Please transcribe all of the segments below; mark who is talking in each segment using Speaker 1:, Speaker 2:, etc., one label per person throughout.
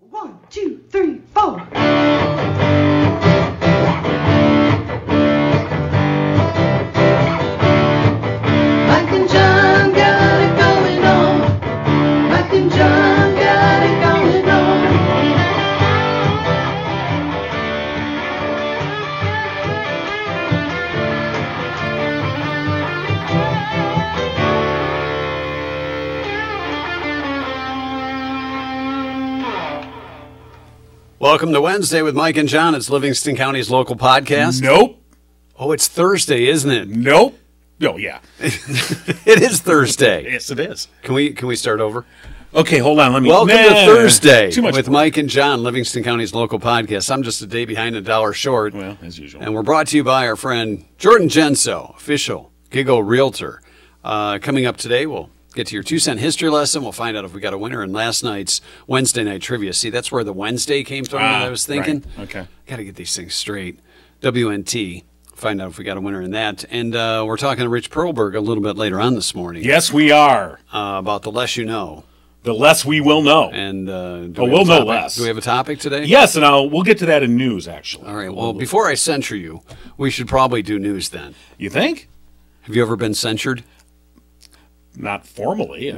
Speaker 1: One, two, three, four.
Speaker 2: Mike and John got it going on. Mike and John got it going on.
Speaker 3: Welcome to Wednesday with Mike and John. It's Livingston County's local podcast.
Speaker 4: Nope.
Speaker 3: Oh, it's Thursday, isn't it?
Speaker 4: Nope. Oh yeah.
Speaker 3: It is Thursday.
Speaker 4: Yes, it is.
Speaker 3: Can we can we start over?
Speaker 4: Okay, hold on. Let me.
Speaker 3: Welcome
Speaker 4: Nah,
Speaker 3: to Thursday
Speaker 4: Too much
Speaker 3: with
Speaker 4: work.
Speaker 3: Mike and John, Livingston County's local podcast. I'm just a day behind a dollar short.
Speaker 4: Well, as usual.
Speaker 3: And we're brought to you by our friend Jordan Genso, official Giggle Realtor. Uh, coming up today, we'll get to your two cent history lesson. We'll find out if we got a winner in last night's Wednesday night trivia. See, that's where the Wednesday came from that
Speaker 4: Ah,
Speaker 3: I was thinking.
Speaker 4: right. Okay.
Speaker 3: Got to get these things straight. WNT. Find out if we got a winner in that. And uh, we're talking to Rich Perlberg a little bit later on this morning
Speaker 4: Yes, we are.
Speaker 3: uh, about the less you know.
Speaker 4: The less we will know.
Speaker 3: And uh, do
Speaker 4: Oh,
Speaker 3: we have
Speaker 4: we'll
Speaker 3: a
Speaker 4: know
Speaker 3: topic-
Speaker 4: less.
Speaker 3: Do we have a topic today?
Speaker 4: yes, and I'll, we'll get to that in news. Actually.
Speaker 3: All right. Well, before I censure you, we should probably do news then.
Speaker 4: You think?
Speaker 3: Have you ever been censured?
Speaker 4: Not formally.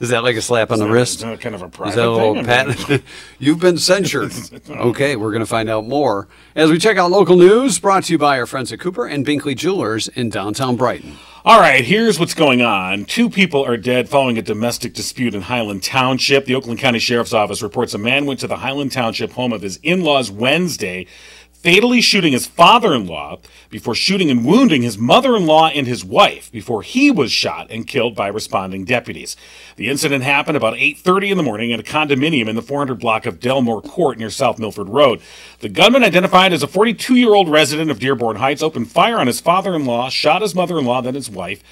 Speaker 3: Is that like a slap on the
Speaker 4: It's
Speaker 3: wrist?
Speaker 4: not kind of a private
Speaker 3: Is that a little
Speaker 4: thing. I mean,
Speaker 3: pat? You've been censured. Okay, we're going to find out more as we check out local news brought to you by our friends at Cooper and Binkley Jewelers in downtown Brighton.
Speaker 4: All right, here's what's going on. Two people are dead following a domestic dispute in Highland Township. The Oakland County Sheriff's Office reports a man went to the Highland Township home of his in laws Wednesday, fatally shooting his father in law before shooting and wounding his mother in law and his wife before he was shot and killed by responding deputies. The incident happened about 8.30 in the morning at a condominium in the 400 block of Delmore Court near South Milford Road. The gunman, identified as a 42-year-old resident of Dearborn Heights, opened fire on his father-in-law, shot his mother-in-law, then his wife.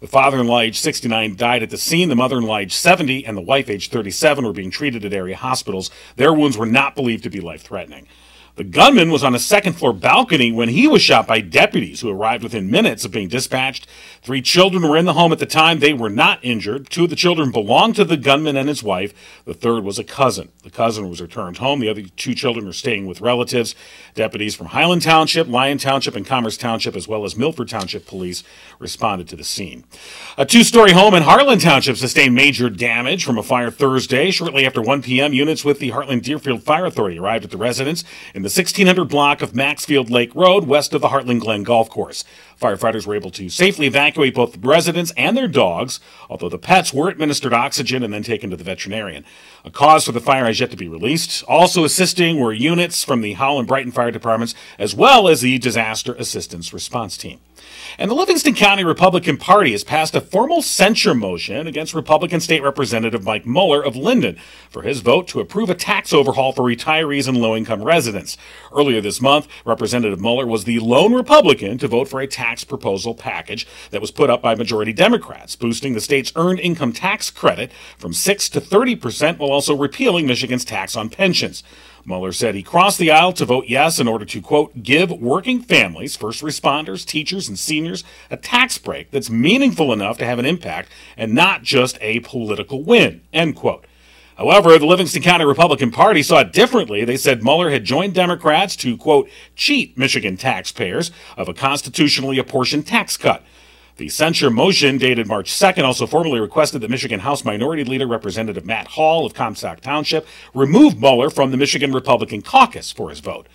Speaker 4: The father-in-law, age 69, died at the scene. The mother-in-law, age 70, and the wife, age 37, were being treated at area hospitals. Their wounds were not believed to be life-threatening. The gunman was on a second-floor balcony when he was shot by deputies who arrived within minutes of being dispatched. Three children were in the home at the time. They were not injured. Two of the children belonged to the gunman and his wife. The third was a cousin. The cousin was returned home. The other two children are staying with relatives. Deputies from Highland Township, Lyon Township, and Commerce Township, as well as Milford Township Police, responded to the scene. A two story home in Harlan Township sustained major damage from a fire Thursday. Shortly after 1 p.m., units with the Heartland Deerfield Fire Authority arrived at the residence in the 1600 block of Maxfield Lake Road, west of the Heartland Glen Golf Course. Firefighters were able to safely evacuate both the residents and their dogs, although the pets were administered oxygen and then taken to the veterinarian. A cause for the fire has yet to be released. Also assisting were units from the Howell and Brighton Fire Departments, as well as the Disaster Assistance Response Team. And the Livingston County Republican Party has passed a formal censure motion against Republican State Representative Mike Muller of Linden for his vote to approve a tax overhaul for retirees and low income residents. Earlier this month, Representative Muller was the lone Republican to vote for a tax proposal package that was put up by majority Democrats, boosting the state's earned income tax credit from 6 to 30 percent while also repealing Michigan's tax on pensions. Mueller said he crossed the aisle to vote yes in order to, quote, give working families, first responders, teachers, and seniors a tax break that's meaningful enough to have an impact and not just a political win, end quote. However, the Livingston County Republican Party saw it differently. They said Mueller had joined Democrats to, quote, cheat Michigan taxpayers of a constitutionally apportioned tax cut. The censure motion dated March 2nd also formally requested that Michigan House Minority Leader Representative Matt Hall of Comstock Township remove Mueller from the Michigan Republican caucus for his vote.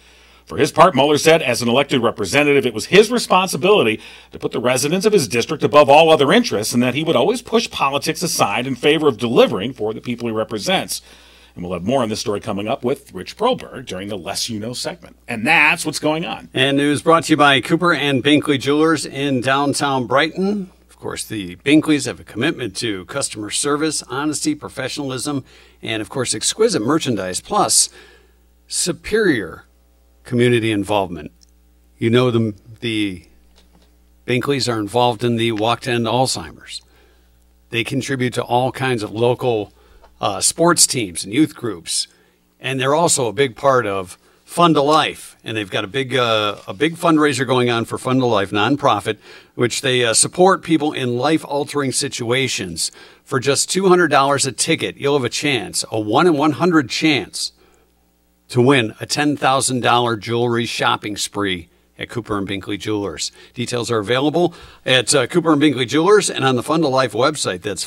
Speaker 4: For his part, Mueller said, as an elected representative, it was his responsibility to put the residents of his district above all other interests and that he would always push politics aside in favor of delivering for the people he represents. And we'll have more on this story coming up with Rich Proberg during the Less You Know segment. And that's what's going on.
Speaker 3: And news brought to you by Cooper and Binkley Jewelers in downtown Brighton. Of course, the Binkleys have a commitment to customer service, honesty, professionalism, and of course, exquisite merchandise, plus superior community involvement. You know, the, the Binkleys are involved in the Walk to End Alzheimer's. They contribute to all kinds of local uh, sports teams and youth groups, and they're also a big part of Fund to Life, and they've got a big uh, a big fundraiser going on for Fund to Life nonprofit, which they uh, support people in life altering situations. For just two hundred dollars a ticket, you'll have a chance, a one in one hundred chance, to win a ten thousand dollar jewelry shopping spree at Cooper and Binkley Jewelers. Details are available at uh, Cooper and Binkley Jewelers and on the Fund a Life website. That's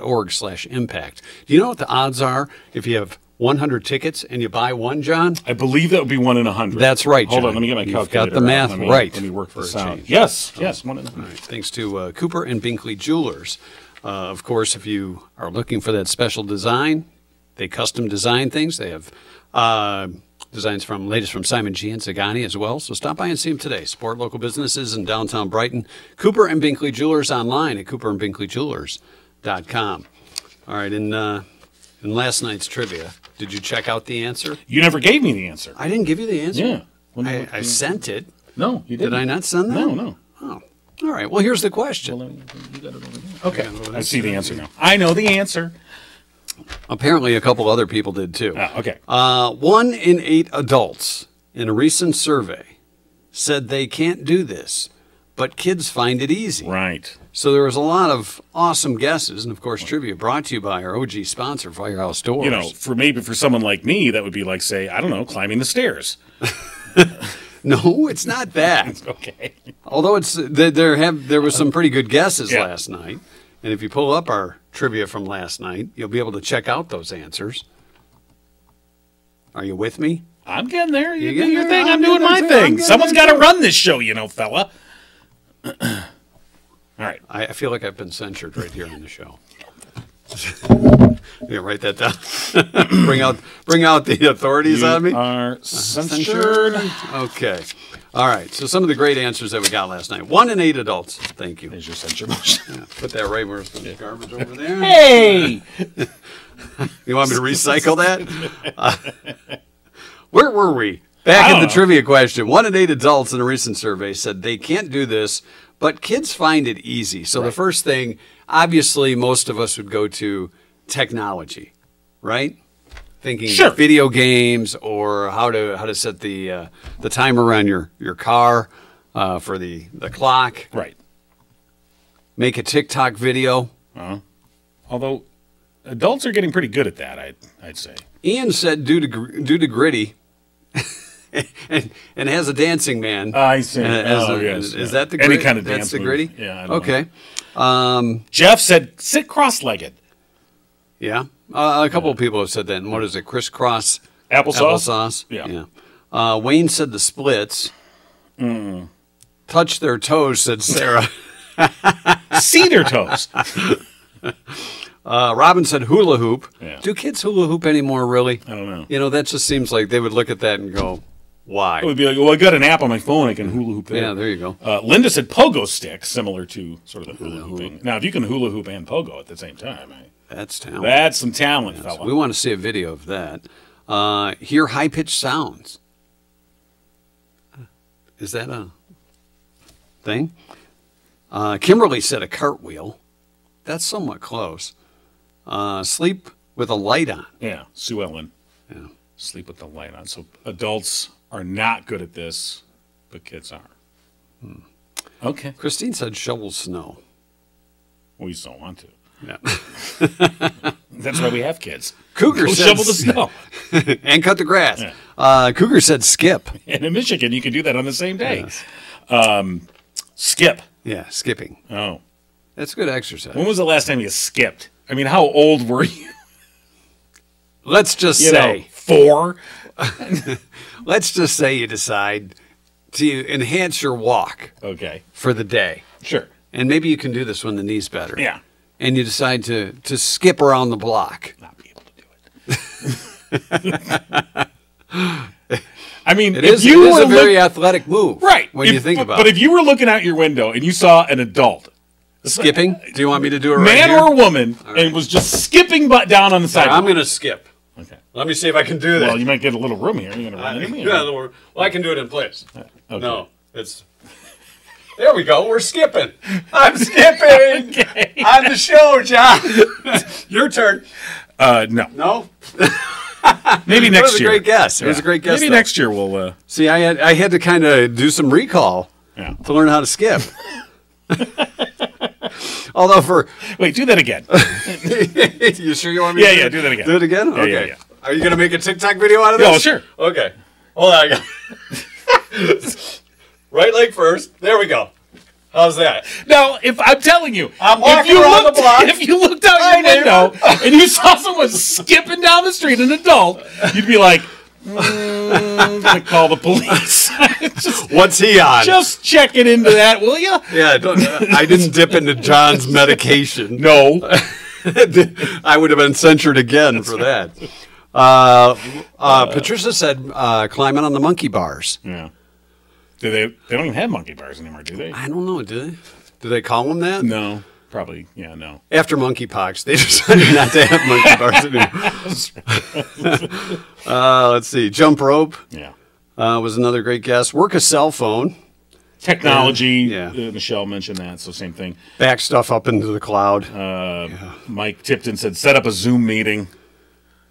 Speaker 3: fundalife.org/impact. Do you know what the odds are if you have 100 tickets and you buy one, John?
Speaker 4: I believe that would be one in a hundred.
Speaker 3: That's right,
Speaker 4: Hold
Speaker 3: John.
Speaker 4: on, let me get my
Speaker 3: You've got
Speaker 4: calculator.
Speaker 3: the
Speaker 4: out.
Speaker 3: math
Speaker 4: Let me-
Speaker 3: right
Speaker 4: Let me work
Speaker 3: for
Speaker 4: this
Speaker 3: a
Speaker 4: out.
Speaker 3: change.
Speaker 4: Yes, yes, one in a
Speaker 3: All
Speaker 4: hundred.
Speaker 3: right, thanks to uh, Cooper and Binkley Jewelers. Uh, of course, if you are looking for that special design, they custom design things. They have uh, designs from latest from Simon G and Zagani as well. So stop by and see them today. Support local businesses in downtown Brighton. Cooper and Binkley Jewelers online at cooperandbinkleyjewelers.com. All right, in uh, in last night's trivia, did you check out the answer?
Speaker 4: You never gave me the answer.
Speaker 3: I didn't give you the answer.
Speaker 4: Yeah. When you
Speaker 3: I,
Speaker 4: looked
Speaker 3: I
Speaker 4: at-
Speaker 3: sent it.
Speaker 4: No, you
Speaker 3: Did
Speaker 4: didn't.
Speaker 3: I not send that?
Speaker 4: No, no.
Speaker 3: Oh, all right. Well, here's the question.
Speaker 4: Okay. I see the answer now. I know the answer.
Speaker 3: Apparently, a couple other people did too.
Speaker 4: Ah, okay.
Speaker 3: Uh, one in eight adults in a recent survey said they can't do this, but kids find it easy.
Speaker 4: right.
Speaker 3: So there was a lot of awesome guesses, and of course, trivia brought to you by our OG sponsor, Firehouse Doors.
Speaker 4: You know, for maybe for someone like me, that would be like, say, I don't know, climbing the stairs.
Speaker 3: no, it's not that.
Speaker 4: Okay.
Speaker 3: Although it's th- there have there was some pretty good guesses
Speaker 4: Yeah.
Speaker 3: last night, and if you pull up our trivia from last night, you'll be able to check out those answers. Are you with me?
Speaker 4: I'm getting there. You,
Speaker 3: You're
Speaker 4: do
Speaker 3: getting
Speaker 4: your
Speaker 3: there.
Speaker 4: thing. I'm,
Speaker 3: I'm
Speaker 4: doing
Speaker 3: getting
Speaker 4: my
Speaker 3: there, too. I'm
Speaker 4: thing.
Speaker 3: getting
Speaker 4: Someone's
Speaker 3: there,
Speaker 4: got to run this show, you know, fella. All right.
Speaker 3: I, I feel like I've been censored right here on the show. yeah, write that down. bring out, bring out the authorities
Speaker 4: You
Speaker 3: on me. Uh-huh.
Speaker 4: are censured.
Speaker 3: Okay. All right. So some of the great answers that we got last night. One in eight adults. Thank you.
Speaker 4: There's your censure motion.
Speaker 3: Put that right where it's the garbage over there.
Speaker 4: Hey!
Speaker 3: You want me to recycle that? Uh, where were we? Back
Speaker 4: I
Speaker 3: in
Speaker 4: don't
Speaker 3: the
Speaker 4: know.
Speaker 3: trivia question. One in eight adults in a recent survey said they can't do this, but kids find it easy. So the first thing, obviously, most of us would go to technology, right? Thinking
Speaker 4: Sure.
Speaker 3: video games or how to how to set the uh, the timer on your your car uh, for the the clock,
Speaker 4: Right.
Speaker 3: make a TikTok video.
Speaker 4: Although adults are getting pretty good at that, I'd, I'd say.
Speaker 3: Ian said due to gr- due to gritty, and, and has a dancing man.
Speaker 4: I see.
Speaker 3: Uh, as
Speaker 4: Oh,
Speaker 3: a-
Speaker 4: yes,
Speaker 3: is
Speaker 4: yeah.
Speaker 3: that the
Speaker 4: Any
Speaker 3: grit-
Speaker 4: kind of
Speaker 3: that's
Speaker 4: dance
Speaker 3: the
Speaker 4: move.
Speaker 3: gritty?
Speaker 4: Yeah, I don't
Speaker 3: okay.
Speaker 4: Jeff said, sit cross legged.
Speaker 3: Yeah. Uh, a couple of people have said that. And what is it? Crisscross
Speaker 4: Applesauce?
Speaker 3: Applesauce.
Speaker 4: Yeah.
Speaker 3: Uh, Wayne said the splits.
Speaker 4: Mm.
Speaker 3: Touch their toes, said Sarah.
Speaker 4: Cedar toes.
Speaker 3: Uh, Robin said hula hoop.
Speaker 4: Yeah.
Speaker 3: Do kids hula hoop anymore? Really?
Speaker 4: I don't know.
Speaker 3: You know that just seems like they would look at that and go, "Why?"
Speaker 4: It would be like, well, I got an app on my phone. I can hula hoop there.
Speaker 3: Yeah, there you go.
Speaker 4: Uh, Linda said pogo stick, similar to sort of the hula hooping. Now, if you can hula hoop and pogo at the same time, I,
Speaker 3: That's talent.
Speaker 4: that's some talent,
Speaker 3: We
Speaker 4: fella.
Speaker 3: want to see a video of that. Uh, hear high pitched sounds. Is that a thing? Uh, Kimberly said a cartwheel. That's somewhat close. Uh, sleep with a light on.
Speaker 4: Yeah, Sue Ellen.
Speaker 3: Yeah.
Speaker 4: Sleep with the light on. So adults are not good at this, but kids are. Hmm. Okay.
Speaker 3: Christine said shovel snow.
Speaker 4: We just don't want to.
Speaker 3: Yeah.
Speaker 4: That's why we have kids.
Speaker 3: Cougar
Speaker 4: Go
Speaker 3: said
Speaker 4: shovel the snow.
Speaker 3: and cut the grass. Uh, Cougar said skip.
Speaker 4: And in Michigan, you can do that on the same day. Um, skip.
Speaker 3: Yeah, skipping.
Speaker 4: Oh.
Speaker 3: That's good exercise.
Speaker 4: When was the last time you skipped? I mean, how old were you?
Speaker 3: Let's just
Speaker 4: You
Speaker 3: say.
Speaker 4: know, four?
Speaker 3: Let's just say you decide to enhance your walk
Speaker 4: Okay.
Speaker 3: for the day.
Speaker 4: Sure.
Speaker 3: And maybe you can do this when the knee's better.
Speaker 4: Yeah.
Speaker 3: And you decide to, to skip around the block.
Speaker 4: Not be able to do it. I mean,
Speaker 3: It
Speaker 4: if
Speaker 3: is,
Speaker 4: you
Speaker 3: it is
Speaker 4: were
Speaker 3: a very
Speaker 4: look-
Speaker 3: athletic move.
Speaker 4: right
Speaker 3: When
Speaker 4: If-
Speaker 3: you think
Speaker 4: but-
Speaker 3: about
Speaker 4: But
Speaker 3: it.
Speaker 4: if you were looking out your window and you saw an adult,
Speaker 3: Skipping? Do you want me to do it right
Speaker 4: man
Speaker 3: here?
Speaker 4: or woman, and was just skipping butt down on the
Speaker 3: I'm
Speaker 4: sidewalk.
Speaker 3: going to skip.
Speaker 4: okay.
Speaker 3: Let me see if I can do that.
Speaker 4: Well, you might get a little room here. You're gonna run
Speaker 3: I,
Speaker 4: into me.
Speaker 3: yeah, well, I can do it in place.
Speaker 4: Uh, Okay.
Speaker 3: No, it's. There we go. We're skipping. I'm skipping on the show, John. your turn.
Speaker 4: Uh, no.
Speaker 3: No.
Speaker 4: Maybe
Speaker 3: That
Speaker 4: next
Speaker 3: was a
Speaker 4: year.
Speaker 3: great guess. It was a great guess.
Speaker 4: Maybe
Speaker 3: though.
Speaker 4: next year we'll. Uh,
Speaker 3: See, I had I had to kind of do some recall
Speaker 4: yeah.
Speaker 3: to learn how to skip. Although for
Speaker 4: Wait, do that again.
Speaker 3: you sure you want me?
Speaker 4: Yeah,
Speaker 3: to
Speaker 4: yeah, do that again.
Speaker 3: Do it again.
Speaker 4: Yeah,
Speaker 3: okay.
Speaker 4: yeah, yeah.
Speaker 3: Are you gonna make a TikTok video out of this?
Speaker 4: Yeah, well, sure.
Speaker 3: Okay. Hold on. I got- right leg first. There we go. How's that?
Speaker 4: Now, if I'm telling you,
Speaker 3: I'm
Speaker 4: if
Speaker 3: walking
Speaker 4: you
Speaker 3: around the
Speaker 4: looked,
Speaker 3: block.
Speaker 4: if you looked out
Speaker 3: Hi,
Speaker 4: your window and you saw someone skipping down the street, an adult, you'd be like, "Mm, "I'm gonna call the police." just,
Speaker 3: What's he on?
Speaker 4: just checking into that, will you?
Speaker 3: yeah, don't, I didn't dip into John's medication.
Speaker 4: No.
Speaker 3: I would have been censured again for that. Uh, uh, Patricia said uh, climbing on the monkey bars.
Speaker 4: Yeah. Do they? They don't even have monkey bars anymore, do they?
Speaker 3: I don't know. Do they? Do they call them that?
Speaker 4: No. Probably. Yeah. No.
Speaker 3: After monkeypox, they decided not to have monkey bars anymore. uh, let's see. Jump rope
Speaker 4: Yeah.
Speaker 3: uh, was another great guess. Work a cell phone.
Speaker 4: Technology.
Speaker 3: Yeah.
Speaker 4: uh, Michelle mentioned that, so same thing.
Speaker 3: Back stuff up into the cloud.
Speaker 4: Uh, Mike Tipton said, "Set up a Zoom meeting."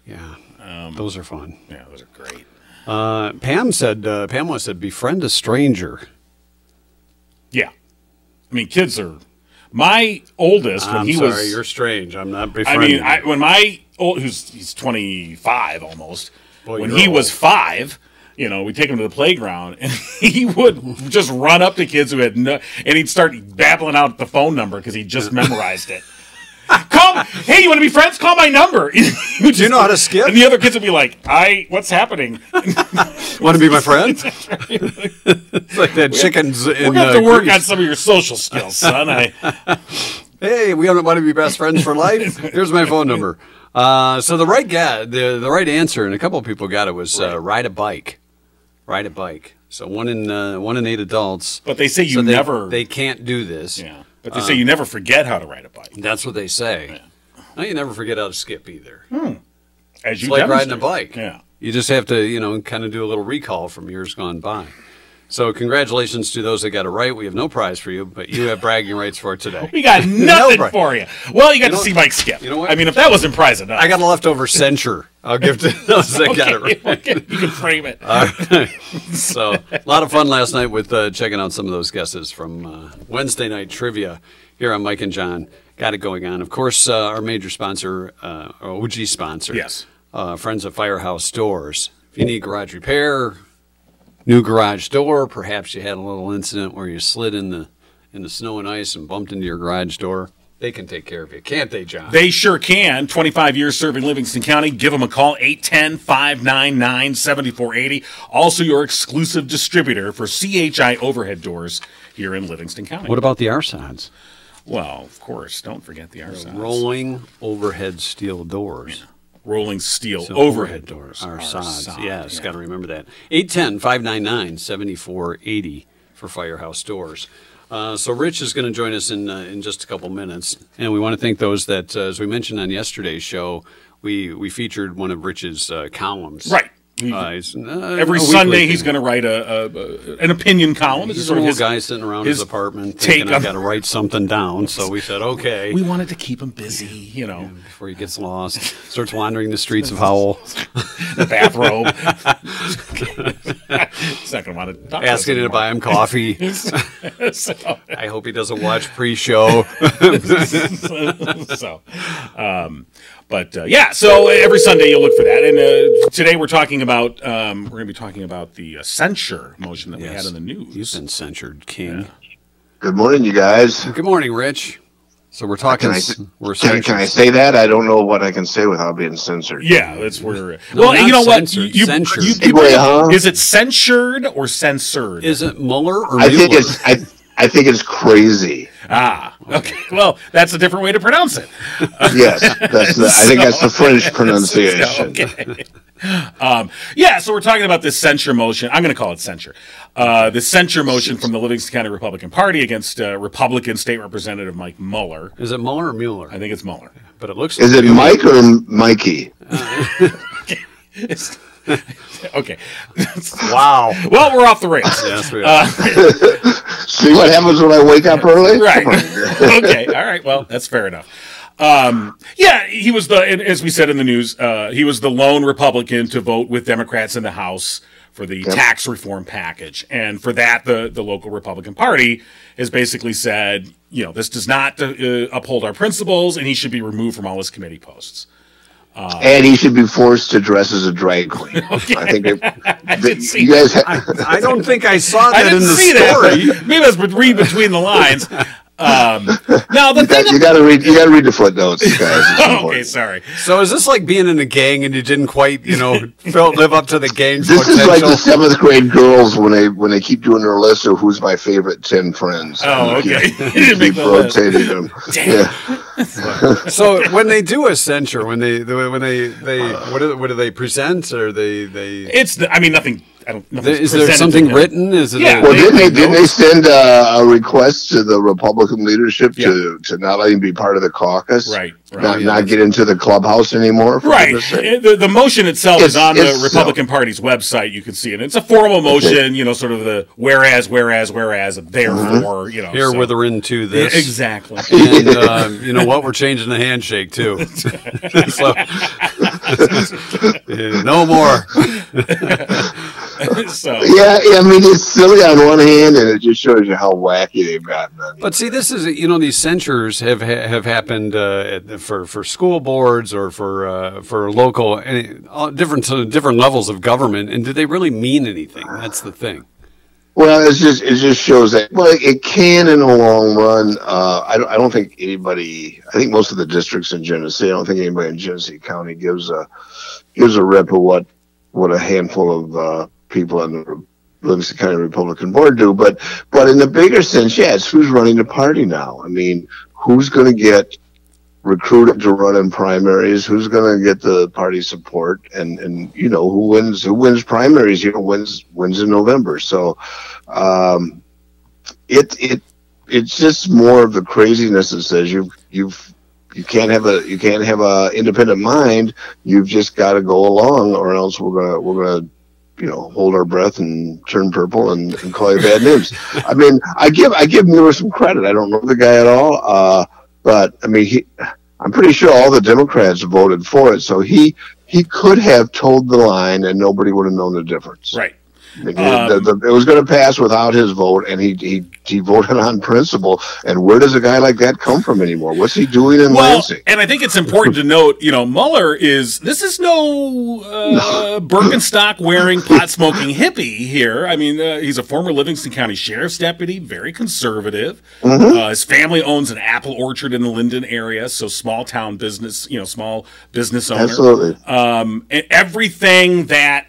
Speaker 3: yeah.
Speaker 4: um,
Speaker 3: Those are fun.
Speaker 4: Yeah, those are great.
Speaker 3: Uh, Pam said, uh, Pamela said, befriend a stranger.
Speaker 4: Yeah. I mean, kids are. My oldest, when
Speaker 3: I'm
Speaker 4: he
Speaker 3: sorry,
Speaker 4: was.
Speaker 3: you're strange. I'm not
Speaker 4: I
Speaker 3: befriending.
Speaker 4: mean,
Speaker 3: you.
Speaker 4: I, when my old, who's he's 25 almost.
Speaker 3: Well,
Speaker 4: when
Speaker 3: you're
Speaker 4: he was
Speaker 3: old.
Speaker 4: five, you know, we take him to the playground, and he would just run up to kids who had no, and he'd start babbling out the phone number because he just memorized it. Call, hey, you want to be friends? Call my number. Do
Speaker 3: you know how to skip?
Speaker 4: And the other kids would be like, "I, what's happening?
Speaker 3: Want to be my friend? it's like that chickens
Speaker 4: We're
Speaker 3: in
Speaker 4: gonna have
Speaker 3: uh,
Speaker 4: to work
Speaker 3: Greece.
Speaker 4: on some of your social skills, son." I,
Speaker 3: Hey, we don't want to be best friends for life. Here's my phone number. Uh, so the right guy, the the right answer, and a couple of people got it was uh, ride a bike, ride a bike. So one in uh, one in eight adults.
Speaker 4: but they say you
Speaker 3: so they,
Speaker 4: never.
Speaker 3: They can't do this.
Speaker 4: yeah. But they say you never forget how to ride a bike,
Speaker 3: That's what they say. Now you never forget how to skip either.
Speaker 4: as you
Speaker 3: It's like riding a
Speaker 4: demonstrated.
Speaker 3: bike.
Speaker 4: Yeah.
Speaker 3: You just have to, you know, kind of do a little recall from years gone by. So congratulations to those that got it right. We have no prize for you, but you have bragging rights for today.
Speaker 4: We got nothing
Speaker 3: Brian.
Speaker 4: for you. Well, you got to
Speaker 3: know
Speaker 4: see
Speaker 3: what?
Speaker 4: Mike skip.
Speaker 3: You know what?
Speaker 4: I mean, if that wasn't prize enough,
Speaker 3: I got a leftover censure. I'll give to those that got it right.
Speaker 4: okay, you can frame it.
Speaker 3: So a lot of fun last night with uh, checking out some of those guesses from uh, Wednesday night trivia here on Mike and John. Got it going on. Of course, uh, our major sponsor, uh, our OG sponsor,
Speaker 4: Yes.
Speaker 3: uh, Friends of Firehouse Doors. If you need garage repair, new garage door, perhaps you had a little incident where you slid in the in the snow and ice and bumped into your garage door. They can take care of you, can't they, John?
Speaker 4: they sure can. 25 years serving Livingston County. Give them a call, 810 599 7480. Also, your exclusive distributor for CHI overhead doors here in Livingston County.
Speaker 3: what about the RSODs?
Speaker 4: well, of course, don't forget the R signs.
Speaker 3: Rolling overhead steel doors.
Speaker 4: Rolling steel
Speaker 3: So
Speaker 4: overhead doors.
Speaker 3: Our
Speaker 4: are
Speaker 3: sods.
Speaker 4: sod,
Speaker 3: Yes,
Speaker 4: yeah.
Speaker 3: got to remember that. 810 599 7480 for Firehouse Doors. Uh, so Rich is going to join us in uh, in just a couple minutes, and we want to thank those that, uh, as we mentioned on yesterday's show, we we featured one of Rich's uh, columns.
Speaker 4: Right.
Speaker 3: Uh, it's, uh,
Speaker 4: Every
Speaker 3: a weekly
Speaker 4: Sunday, he's
Speaker 3: thing.
Speaker 4: going to write a, a, a an opinion column. It's
Speaker 3: He's
Speaker 4: sort
Speaker 3: an old
Speaker 4: of his-
Speaker 3: guy sitting around his,
Speaker 4: his
Speaker 3: apartment
Speaker 4: take
Speaker 3: thinking, I've
Speaker 4: on-
Speaker 3: got to write something down. So we said, okay.
Speaker 4: We wanted to keep him busy, you know,
Speaker 3: before he gets lost, starts wandering the streets of Howell,
Speaker 4: the bathrobe. He's not going to want to talk
Speaker 3: asking
Speaker 4: to
Speaker 3: him to buy him coffee.
Speaker 4: buy. so,
Speaker 3: I hope he doesn't watch pre-show.
Speaker 4: so, um, but uh, yeah, so every Sunday you'll look for that. And uh, today we're talking about um, we're going to be talking about the uh, censure motion that we had
Speaker 3: Yes.
Speaker 4: in the news.
Speaker 3: You've been censured, King.
Speaker 5: Good morning, you guys.
Speaker 3: Good morning, Rich. So we're talking.
Speaker 5: Can I-
Speaker 3: s- we're
Speaker 5: Can,
Speaker 3: censured.
Speaker 5: can I say that? I don't know what I can say without being censored.
Speaker 4: yeah, that's where. well,
Speaker 3: not
Speaker 4: you know
Speaker 3: censored,
Speaker 4: what? You,
Speaker 3: censured.
Speaker 4: you, you,
Speaker 5: Anyway, huh?
Speaker 4: Is it censured or censored?
Speaker 3: Is it Mueller or
Speaker 5: I think
Speaker 3: Mueller?
Speaker 5: it's I, I think it's crazy.
Speaker 4: ah, okay. Well, that's a different way to pronounce it.
Speaker 5: Yes, that's the, I think that's the French
Speaker 4: So,
Speaker 5: pronunciation.
Speaker 4: okay. um, yeah, so we're talking about this censure motion. I'm going to call it censure. Uh, the censure motion from the Livingston County Republican Party against uh, Republican State Representative Mike Mueller.
Speaker 3: Is it Mueller or Mueller?
Speaker 4: I think it's Mueller.
Speaker 3: but it looks.
Speaker 5: Is it Mike or Mikey?
Speaker 4: It's- okay.
Speaker 3: Wow. Uh,
Speaker 4: well, we're off the rails.
Speaker 3: yes, we are.
Speaker 5: See what happens when I wake up early?
Speaker 4: Right.
Speaker 5: Come on.
Speaker 4: okay. All right. Well, that's fair enough. Um, yeah, he was the, and as we said in the news, uh, he was the lone Republican to vote with Democrats in the House for the tax reform package. And for that, the, the local Republican Party has basically said, you know, this does not uh, uphold our principles and he should be removed from all his committee posts.
Speaker 5: and he should be forced to dress as a drag queen. I think it,
Speaker 4: didn't see
Speaker 5: you guys. ha-
Speaker 3: I don't think I saw that
Speaker 4: I didn't
Speaker 3: in the
Speaker 4: see
Speaker 3: story.
Speaker 4: that. but Maybe that's bet- read between the lines. Um, now, the thing.
Speaker 5: you got to read. You got to read the footnotes, guys. It's
Speaker 4: okay,
Speaker 5: important.
Speaker 4: sorry.
Speaker 3: So is this like being in a gang and you didn't quite, you know, felt live up to the gang's
Speaker 5: This is like
Speaker 3: potential?
Speaker 5: the seventh grade girls when they when they keep doing their list of who's my favorite ten friends.
Speaker 4: Oh,
Speaker 5: And you
Speaker 4: okay.
Speaker 5: keep-
Speaker 4: You didn't make
Speaker 5: Keep
Speaker 4: the list.
Speaker 5: rotating them. Yeah.
Speaker 3: so when they do a censure, when they when they they what do, what do they present or they they
Speaker 4: It's. the- I mean, nothing. I don't. nothing's
Speaker 3: is there
Speaker 4: presented
Speaker 3: something
Speaker 4: to him.
Speaker 3: written? Is it
Speaker 4: Yeah.
Speaker 3: a-
Speaker 5: Well,
Speaker 4: They-
Speaker 5: didn't they
Speaker 4: they
Speaker 5: didn't
Speaker 4: know-
Speaker 5: they send uh, a request to the Republican leadership to to not let him be part of the caucus?
Speaker 4: Right, right. Oh,
Speaker 5: Not not get into the clubhouse anymore. for
Speaker 4: Right.
Speaker 5: goodness sake?
Speaker 4: It- The, the motion itself is
Speaker 5: It's-
Speaker 4: on the
Speaker 5: it's-
Speaker 4: Republican Party's website. You can see it. It's a formal motion, you know, sort of the whereas, whereas, whereas, therefore,
Speaker 5: Mm-hmm.
Speaker 4: you know.
Speaker 3: here
Speaker 4: so-
Speaker 3: where they're into
Speaker 4: Yeah,
Speaker 3: this?
Speaker 4: Exactly.
Speaker 3: And um, you know what? We're changing the handshake too. so, Yeah, no more.
Speaker 4: so,
Speaker 5: Yeah, I mean it's silly on one hand, and it just shows you how wacky they've gotten. On
Speaker 3: But see, this is you know these censures have ha- have happened uh, at- for for school boards or for uh, for local any, all different sort of different levels of government. And do they really mean anything? That's the thing.
Speaker 5: Well, it's just it just shows that well it can in the long run. Uh, I don't I don't think anybody. I think most of the districts in Genesee. I don't think anybody in Genesee County gives a gives a rip of what what a handful of uh, people on the Livingston County Republican Board do. But but in the bigger sense, yeah, it's who's running the party now. I mean, who's going to get recruited to run in primaries? Who's going to get the party support? And and you know who wins who wins primaries? You know wins wins in November. So um, it it it's just more of the craziness that says you you've you can't have a you can't have a independent mind. You've just got to go along, or else we're gonna we're gonna you know hold our breath and turn purple and, and call you bad names. I mean, I give I give Mueller some credit. I don't know the guy at all, uh, but I mean he. I'm pretty sure all the Democrats voted for it, so he he could have told the line, and nobody would have known the difference.
Speaker 4: right.
Speaker 5: It, the, the, it was going to pass without his vote, and he, he he voted on principle. And where does a guy like that come from anymore? What's he doing in
Speaker 4: Well,
Speaker 5: Lansing?
Speaker 4: and I think it's important to note, you know, Mueller is this is no uh, Birkenstock wearing pot smoking hippie here. I mean, uh, he's a former Livingston County Sheriff's deputy, very conservative.
Speaker 5: Mm-hmm.
Speaker 4: Uh, his family owns an apple orchard in the Linden area, so small town business, you know, small business owner.
Speaker 5: Absolutely.
Speaker 4: Um, and everything that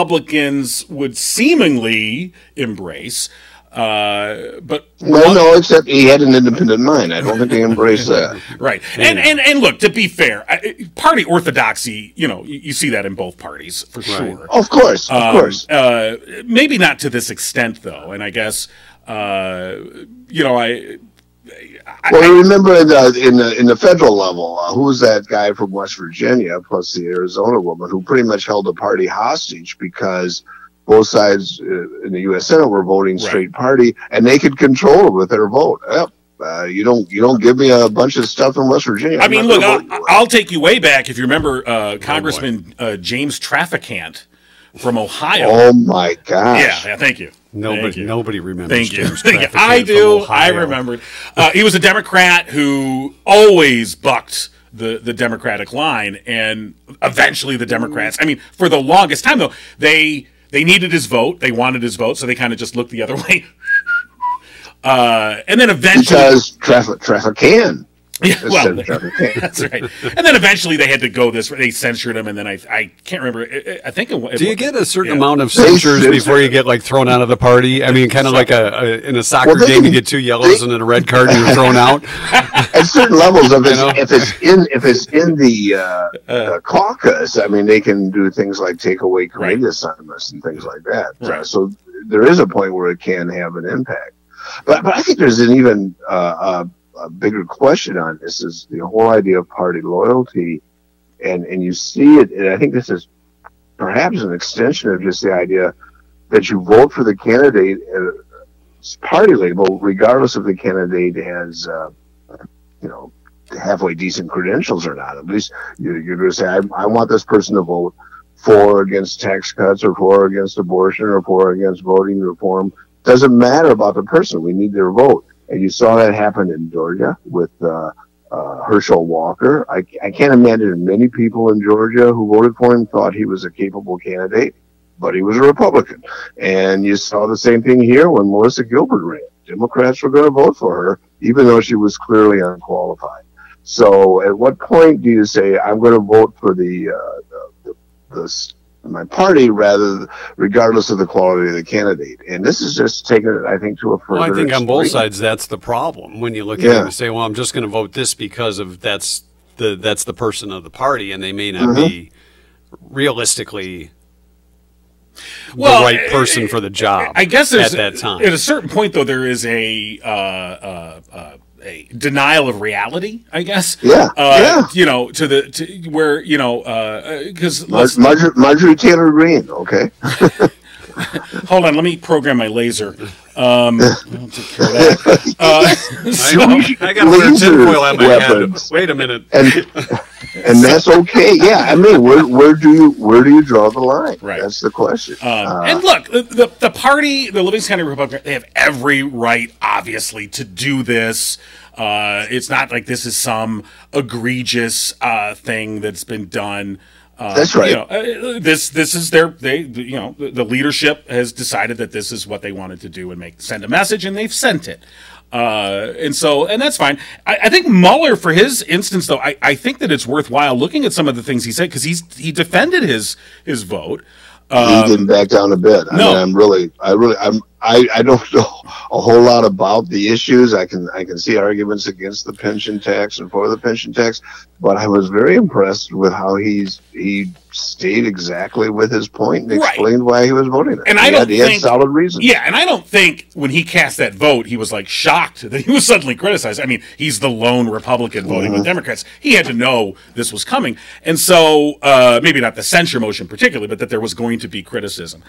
Speaker 4: Republicans would seemingly embrace. Uh, but
Speaker 5: Well, no, except he had an independent mind. I don't think he embraced that.
Speaker 4: Right. And, and and look, to be fair, I- party orthodoxy, you know, you, you see that in both parties for sure.
Speaker 5: Of course, of course.
Speaker 4: Uh, maybe not to this extent though, and I guess uh, you know, I
Speaker 5: Well, I remember in the, in the in the federal level, uh, who was that guy from West Virginia, plus the Arizona woman, who pretty much held the party hostage because both sides uh, in the U.S. Senate were voting straight party, and they could control it with their vote. Yep. Uh, you don't you don't give me a bunch of stuff in West Virginia.
Speaker 4: I
Speaker 5: I'm
Speaker 4: mean,
Speaker 5: not Oh,
Speaker 4: look, I'll,
Speaker 5: gonna vote you in.
Speaker 4: I'll take you way back if you remember uh, Congressman uh, James Trafficant from Ohio.
Speaker 5: oh my gosh!
Speaker 4: yeah, yeah, thank you. Thank
Speaker 3: Nobody
Speaker 4: you.
Speaker 3: nobody remembers.
Speaker 4: Thank you.
Speaker 3: James
Speaker 4: Thank you.
Speaker 3: Trafficant
Speaker 4: I
Speaker 3: from
Speaker 4: do. I
Speaker 3: Ohio.
Speaker 4: remembered. Uh, he was a Democrat who always bucked the, the Democratic line, and eventually the Democrats. I mean, for the longest time though, they they needed his vote. They wanted his vote, so they kind of just looked the other way. Uh, and then eventually,
Speaker 5: Because traffic traffic can.
Speaker 4: Yeah, well,
Speaker 5: traffic can.
Speaker 4: that's right. And then eventually, they had to go this. They censored him, and then I I can't remember. I- I think. It,
Speaker 3: Do you get a certain
Speaker 4: Yeah.
Speaker 3: amount of censures
Speaker 5: censor-
Speaker 3: before you get like thrown out of the party? I mean, kind of like a, a in a soccer
Speaker 5: Well, they
Speaker 3: game, you
Speaker 5: can-
Speaker 3: get two yellows and then a red card, and you're thrown out.
Speaker 5: At certain levels, if
Speaker 3: know.
Speaker 5: it's, if it's in if it's in the uh, uh, caucus, I mean, they can do things like take away committee
Speaker 4: Right.
Speaker 5: assignments and things like that.
Speaker 4: Right.
Speaker 5: Uh, so there is a point where it can have an impact. But but I think there's an even uh, a, a bigger question on this is the whole idea of party loyalty, and and you see it, and I think this is perhaps an extension of just the idea that you vote for the candidate uh, party label, regardless if the candidate has, uh, you know, halfway decent credentials or not. At least you're, you're going to say, I, I want this person to vote for or against tax cuts or for or against abortion or for or against voting reform. Doesn't matter about the person. We need their vote. And you saw that happen in Georgia with uh, uh, Herschel Walker. I, I can't imagine many people in Georgia who voted for him thought he was a capable candidate, but he was a Republican. And you saw the same thing here when Melissa Gilbert ran. Democrats were going to vote for her, even though she was clearly unqualified. So, at what point do you say, I'm going to vote for the, uh, this my party rather regardless of the quality of the candidate and this is just taking it i think to a further
Speaker 3: Well, I think on both
Speaker 5: extreme.
Speaker 3: sides that's the problem when you look at it
Speaker 5: Yeah.
Speaker 3: and say, "Well, I'm just going to vote this because of that's the that's the person of the party," and they may not
Speaker 5: Uh-huh.
Speaker 3: be realistically
Speaker 4: Well,
Speaker 3: the right person for the job.
Speaker 4: I guess there's,
Speaker 3: at that time.
Speaker 4: at a certain point though, there is a uh, uh, uh, a denial of reality. I guess.
Speaker 5: Yeah,
Speaker 4: Uh,
Speaker 5: yeah.
Speaker 4: You know, to the to where you know uh, because
Speaker 5: Mar-
Speaker 4: let's
Speaker 5: Marjorie, Marjorie Taylor Greene, okay.
Speaker 4: hold on. Let me program my laser. Um, I'll take care of that. Uh, so-
Speaker 3: I, I got to wear
Speaker 5: Laser
Speaker 3: tinfoil on my
Speaker 5: weapons.
Speaker 3: head. Wait a minute.
Speaker 5: And and that's okay. Yeah, I mean, where where do you where do you draw the line?
Speaker 4: Right.
Speaker 5: That's the question.
Speaker 4: Um, and look, the, the the party, the Livingston County Republican, they have every right, obviously, to do this. Uh, it's not like this is some egregious uh, thing that's been done. Uh,
Speaker 5: That's right.
Speaker 4: You know, uh, this this is their they you know the, the leadership has decided that this is what they wanted to do and make send a message and they've sent it. Uh, and so, and that's fine. I, I think Mueller, for his instance, though, I, I think that it's worthwhile looking at some of the things he said because he's he defended his his vote.
Speaker 5: he didn't back down a bit. I
Speaker 4: uh, no.
Speaker 5: mean, I'm really, I really, I'm, I, I don't know a whole lot about the issues. I can, I can see arguments against the pension tax and for the pension tax, but I was very impressed with how he's he stayed exactly with his point and
Speaker 4: Right.
Speaker 5: explained why he was voting. it.
Speaker 4: And I
Speaker 5: he
Speaker 4: don't
Speaker 5: had, he had
Speaker 4: think-
Speaker 5: solid reasons.
Speaker 4: Yeah, and I don't think when he cast that vote, he was like shocked that he was suddenly criticized. I mean, he's the lone Republican voting with Democrats. He had to know this was coming, and so uh, maybe not the censure motion particularly, but that there was going to be criticism.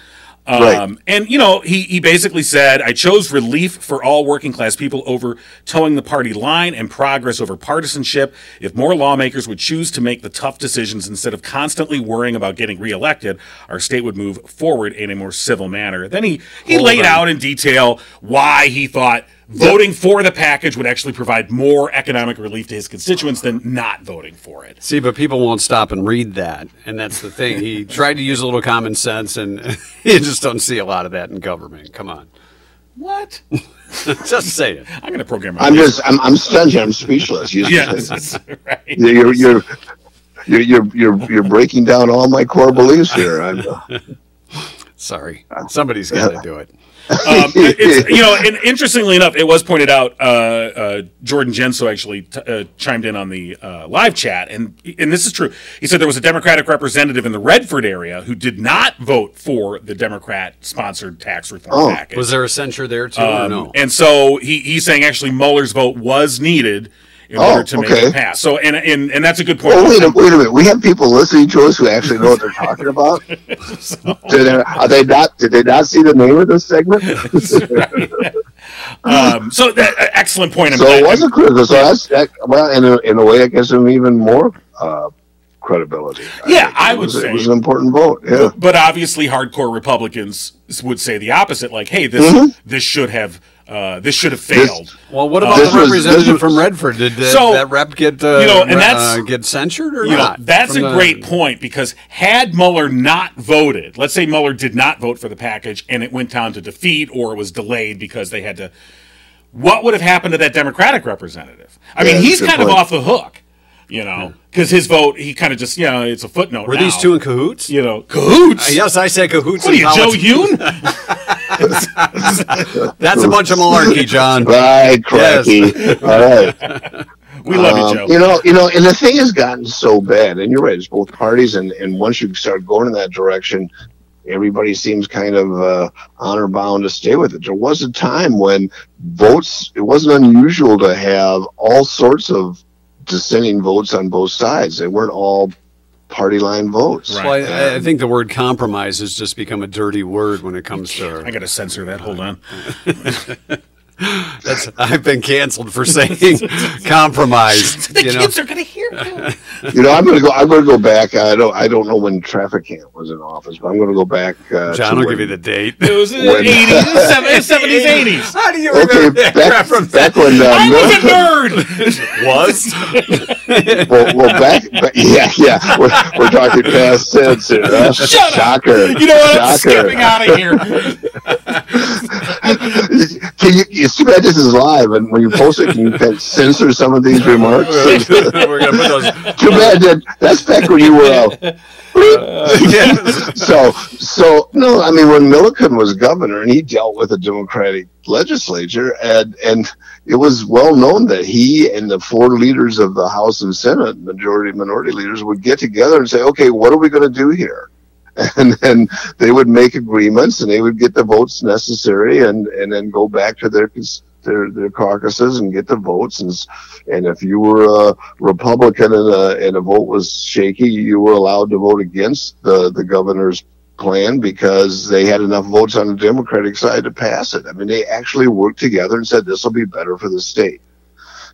Speaker 4: Um,
Speaker 5: Right.
Speaker 4: And you know, he he basically said, "I chose relief for all working class people over towing the party line and progress over partisanship. If more lawmakers would choose to make the tough decisions instead of constantly worrying about getting reelected, our state would move forward in a more civil manner." Then he he
Speaker 3: Hold
Speaker 4: laid
Speaker 3: on.
Speaker 4: out in detail why he thought voting for the package would actually provide more economic relief to his constituents than not voting for it.
Speaker 3: See, but people won't stop and read that, and that's the thing. He tried to use a little common sense, and you just don't see a lot of that in government. Come on,
Speaker 4: What?
Speaker 3: just say it.
Speaker 4: I'm going to program my
Speaker 5: I'm just, I'm, I'm stunned. here. I'm speechless. You-
Speaker 4: Yes, right.
Speaker 5: you're, you're, you're, you're, you're, you're breaking down all my core beliefs here. I'm, oh,
Speaker 3: Sorry, somebody's got to do it.
Speaker 4: um, it- it's, you know, and interestingly enough, it was pointed out. Uh, uh, Jordan Genso actually t- uh, chimed in on the uh, live chat, and and this is true. He said there was a Democratic representative in the Redford area who did not vote for the Democrat-sponsored tax reform
Speaker 5: Oh.
Speaker 4: package.
Speaker 3: Was there a censure there too, or
Speaker 4: Um,
Speaker 3: no?
Speaker 4: And so he, he's saying actually Mueller's vote was needed in
Speaker 5: Oh,
Speaker 4: order to make
Speaker 5: okay.
Speaker 4: it pass. So and and, and that's a good point.
Speaker 5: Oh, wait a, wait a minute. We have people listening to us who actually know what they're talking about. Did they, are they not? Did they not see the name of this segment? so
Speaker 4: um, so that uh, excellent point. I'm glad-
Speaker 5: it was a criticism. So that's that, well, in a, in a way, it gives them even more uh, credibility.
Speaker 4: Yeah,
Speaker 5: think.
Speaker 4: I
Speaker 5: It
Speaker 4: would
Speaker 5: was-
Speaker 4: say.
Speaker 5: it was an important vote. Yeah,
Speaker 4: but obviously hardcore Republicans would say the opposite. Like, hey, this
Speaker 5: Mm-hmm.
Speaker 4: this should have uh, this should have failed.
Speaker 3: well, what about
Speaker 5: This
Speaker 3: the
Speaker 5: was-
Speaker 3: representative
Speaker 5: this was-
Speaker 3: from Redford? Did that,
Speaker 4: So,
Speaker 3: that rep get uh,
Speaker 4: you know, and
Speaker 3: re-
Speaker 4: that's-
Speaker 3: uh, get censured or
Speaker 4: you know,
Speaker 3: not?
Speaker 4: that's a
Speaker 3: From the-
Speaker 4: great point because had Mueller not voted, let's say Mueller did not vote for the package and it went down to defeat or it was delayed because they had to, what would have happened to that Democratic representative? I
Speaker 5: Yeah,
Speaker 4: mean, he's
Speaker 5: good
Speaker 4: kind of
Speaker 5: point.
Speaker 4: off the hook, you know, because his vote, he kind of just, you know, it's a footnote.
Speaker 3: Were these
Speaker 4: now.
Speaker 3: two in cahoots?
Speaker 4: you know,
Speaker 5: Uh,
Speaker 4: cahoots?
Speaker 3: Yes, I say cahoots.
Speaker 4: What are
Speaker 3: in
Speaker 4: you, Joe
Speaker 3: politics.
Speaker 4: Yoon?
Speaker 3: That's a bunch of malarkey, John.
Speaker 5: right, cracky. All right.
Speaker 4: We love
Speaker 5: Um,
Speaker 4: you, Joe.
Speaker 5: You know, you know, and the thing has gotten so bad, and you're right, it's both parties, and, and once you start going in that direction, everybody seems kind of uh, honor bound to stay with it. There was a time when votes, it wasn't unusual to have all sorts of dissenting votes on both sides. They weren't all party line votes.
Speaker 4: Right.
Speaker 3: Well, I, I think the word compromise has just become a dirty word when it comes
Speaker 4: I
Speaker 3: to.
Speaker 4: got to censor that. Hold on.
Speaker 3: That's, I've been canceled for saying compromised.
Speaker 4: The
Speaker 3: you know?
Speaker 4: kids are going to hear you.
Speaker 5: You know, I'm gonna go. I'm gonna go back. I don't. I don't know when traffic camp was in office, but I'm gonna go back. Uh,
Speaker 3: John
Speaker 5: to
Speaker 3: will
Speaker 5: when-
Speaker 3: give you the date.
Speaker 4: It was in the
Speaker 5: When-
Speaker 4: 80s, seven- 70s, 80s.
Speaker 3: How do you
Speaker 5: Okay,
Speaker 3: remember that crap
Speaker 5: back,
Speaker 3: from
Speaker 5: back when uh,
Speaker 4: I was
Speaker 5: Mil-
Speaker 4: a nerd.
Speaker 3: was?
Speaker 5: well, well, back, back- yeah, yeah, we're, we're talking past tense here. huh?
Speaker 4: Shut up.
Speaker 5: Shocker!
Speaker 4: You know what? I'm
Speaker 5: Shocker!
Speaker 4: skipping out of here.
Speaker 5: Can you? It's too bad this is live, and when you post it, can you censor some of these remarks?
Speaker 3: We're gonna put those.
Speaker 5: too bad that that's back when you were. Uh,
Speaker 4: Uh,
Speaker 5: so so no i mean when milliken was governor and he dealt with the democratic legislature and and it was well known that he and the four leaders of the house and senate majority and minority leaders would get together and say okay what are we going to do here and then they would make agreements and they would get the votes necessary and and then go back to their cons- their, their caucuses and get the votes and s- and if you were a Republican and a, and a vote was shaky, you were allowed to vote against the, the governor's plan because they had enough votes on the Democratic side to pass it. I mean, they actually worked together and said this will be better for the state.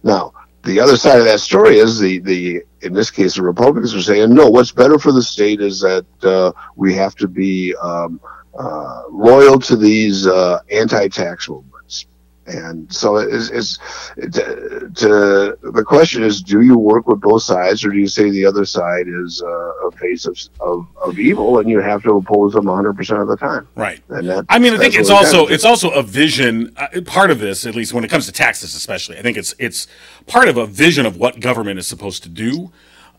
Speaker 5: Now, the other side of that story is the, the in this case, the Republicans are saying, no, what's better for the state is that uh, we have to be um, uh, loyal to these uh, anti tax movements. And so it's, it's to, to- the question is, do you work with both sides, or do you say the other side is uh, a face of, of of evil, and you have to oppose them 100 percent of the time?
Speaker 4: Right.
Speaker 5: And that,
Speaker 4: I mean, I think it's
Speaker 5: that's what we
Speaker 4: also
Speaker 5: gotta
Speaker 4: it's also a vision. Uh, part of this, at least when it comes to taxes, especially, I think it's it's part of a vision of what government is supposed to do.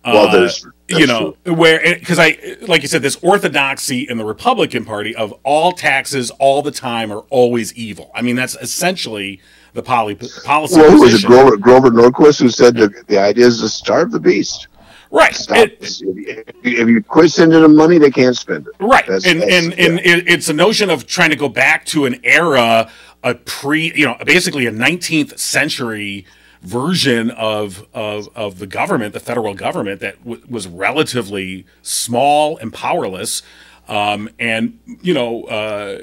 Speaker 4: Uh,
Speaker 5: Well, there's- that's
Speaker 4: you know where because I like you said this orthodoxy in the Republican Party of all taxes all the time are always evil. I mean, that's essentially the poly, policy.
Speaker 5: do. well, who was it?
Speaker 4: position.
Speaker 5: Grover, Grover Norquist who said the the idea is to starve the beast.
Speaker 4: Right.
Speaker 5: Stop.
Speaker 4: It-
Speaker 5: this. if, you- if you quit sending them money, they can't spend it.
Speaker 4: Right.
Speaker 5: That's-
Speaker 4: and
Speaker 5: that's-
Speaker 4: and, and it, it's a notion of trying to go back to an era, a pre, you know, basically a 19th century version of of, of the government, the federal government that w- was relatively small and powerless. Um, and you know, uh,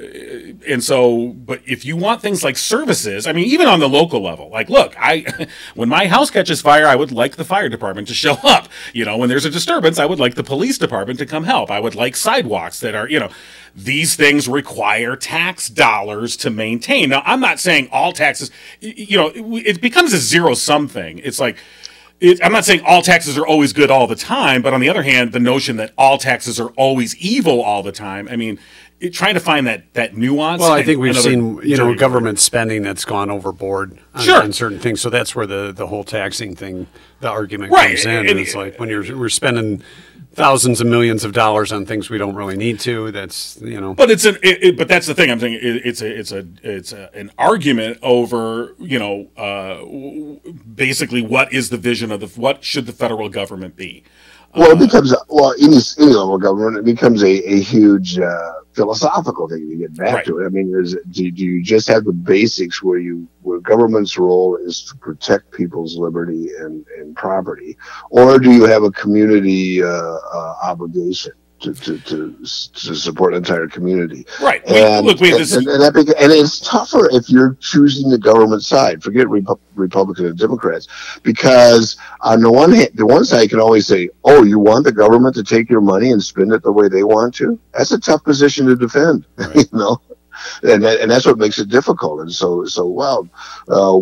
Speaker 4: and so, but if you want things like services, I mean, even on the local level, like, look, I, when my house catches fire, I would like the fire department to show up. You know, when there's a disturbance, I would like the police department to come help. I would like sidewalks that are, you know, these things require tax dollars to maintain. Now, I'm not saying all taxes, y- you know, it, it becomes a zero sum thing. It's like, it, I'm not saying all taxes are always good all the time, but on the other hand, the notion that all taxes are always evil all the time. I mean, it, trying to find that that nuance.
Speaker 3: Well, I
Speaker 4: and
Speaker 3: think we've
Speaker 4: another
Speaker 3: seen you know
Speaker 4: jury-
Speaker 3: government spending that's gone overboard on,
Speaker 4: Sure.
Speaker 3: on certain things. So that's where the the whole taxing thing, the argument
Speaker 4: Right,
Speaker 3: comes in.
Speaker 4: and-
Speaker 3: And, it's like when you're we're spending thousands and millions of dollars on things we don't really need to. That's you know.
Speaker 4: But it's an. It, it, but that's the thing. I'm saying it, it's a. It's a. It's a, an argument over you know uh, w- basically what is the vision of the what should the federal government be.
Speaker 5: Well, it becomes well any any level of government. It becomes a a huge uh, philosophical thing to get back
Speaker 4: Right.
Speaker 5: to. It. I mean, is it, do, do you just have the basics where you where government's role is to protect people's liberty and and property, or do you have a community uh, uh, obligation to to, to s- to support an entire community?
Speaker 4: Right. We,
Speaker 5: And,
Speaker 4: look, we have this.
Speaker 5: and, and, that beca- and it's tougher if you're choosing the government side. Forget Repu- Republican and Democrats, because on the one hand, the one side can always say, "Oh, you want the government to take your money and spend it the way they want to." That's a tough position to defend, you know, and that, and that's what makes it difficult. And so, so well, uh,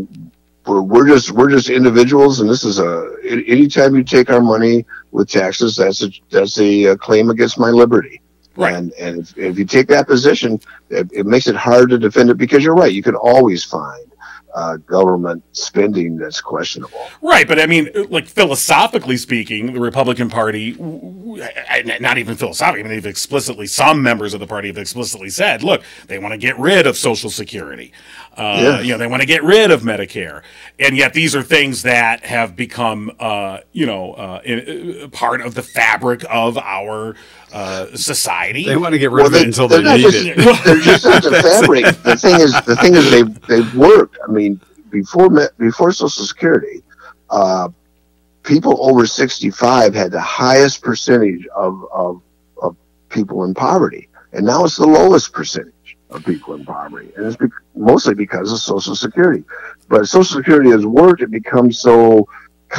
Speaker 5: we're, we're just we're just individuals, and this is a a- anytime you take our money with taxes, that's a that's a, uh claim against my liberty.
Speaker 4: Right.
Speaker 5: And and if, if you take that position, it, it makes it hard to defend it because you're right. You can always find uh, government spending that's questionable.
Speaker 4: Right, but I mean, like philosophically speaking, the Republican Party, w- w- I- I- not even philosophically, I mean, they've explicitly, some members of the party have explicitly said, look, they want to get rid of Social Security. Uh,
Speaker 5: Yeah.
Speaker 4: You know, they want to get rid of Medicare. And yet these are things that have become, uh, you know, uh, in, uh, part of the fabric of our uh, society.
Speaker 3: They want to get rid of it until they
Speaker 5: not
Speaker 3: need
Speaker 5: just,
Speaker 3: it.
Speaker 5: They're just not the fabric. The thing is, the thing is, they've they've worked. I mean, before me- before Social Security, uh, people over sixty five had the highest percentage of, of of people in poverty, and now it's the lowest percentage. of people in poverty, and it's be- mostly because of Social Security. But Social Security has worked; it becomes so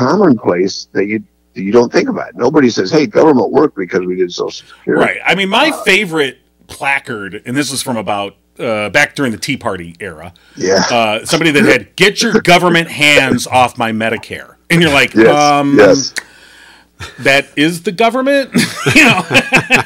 Speaker 5: commonplace that you that you don't think about it. Nobody says, "Hey, government worked because we did Social Security."
Speaker 4: Right. I mean, my favorite placard, and this was from about uh, back during the Tea Party era.
Speaker 5: Yeah.
Speaker 4: Uh, somebody that had "Get your government hands off my Medicare," and you're like,
Speaker 5: Yes.
Speaker 4: um,
Speaker 5: yes.
Speaker 4: that is the government. you know,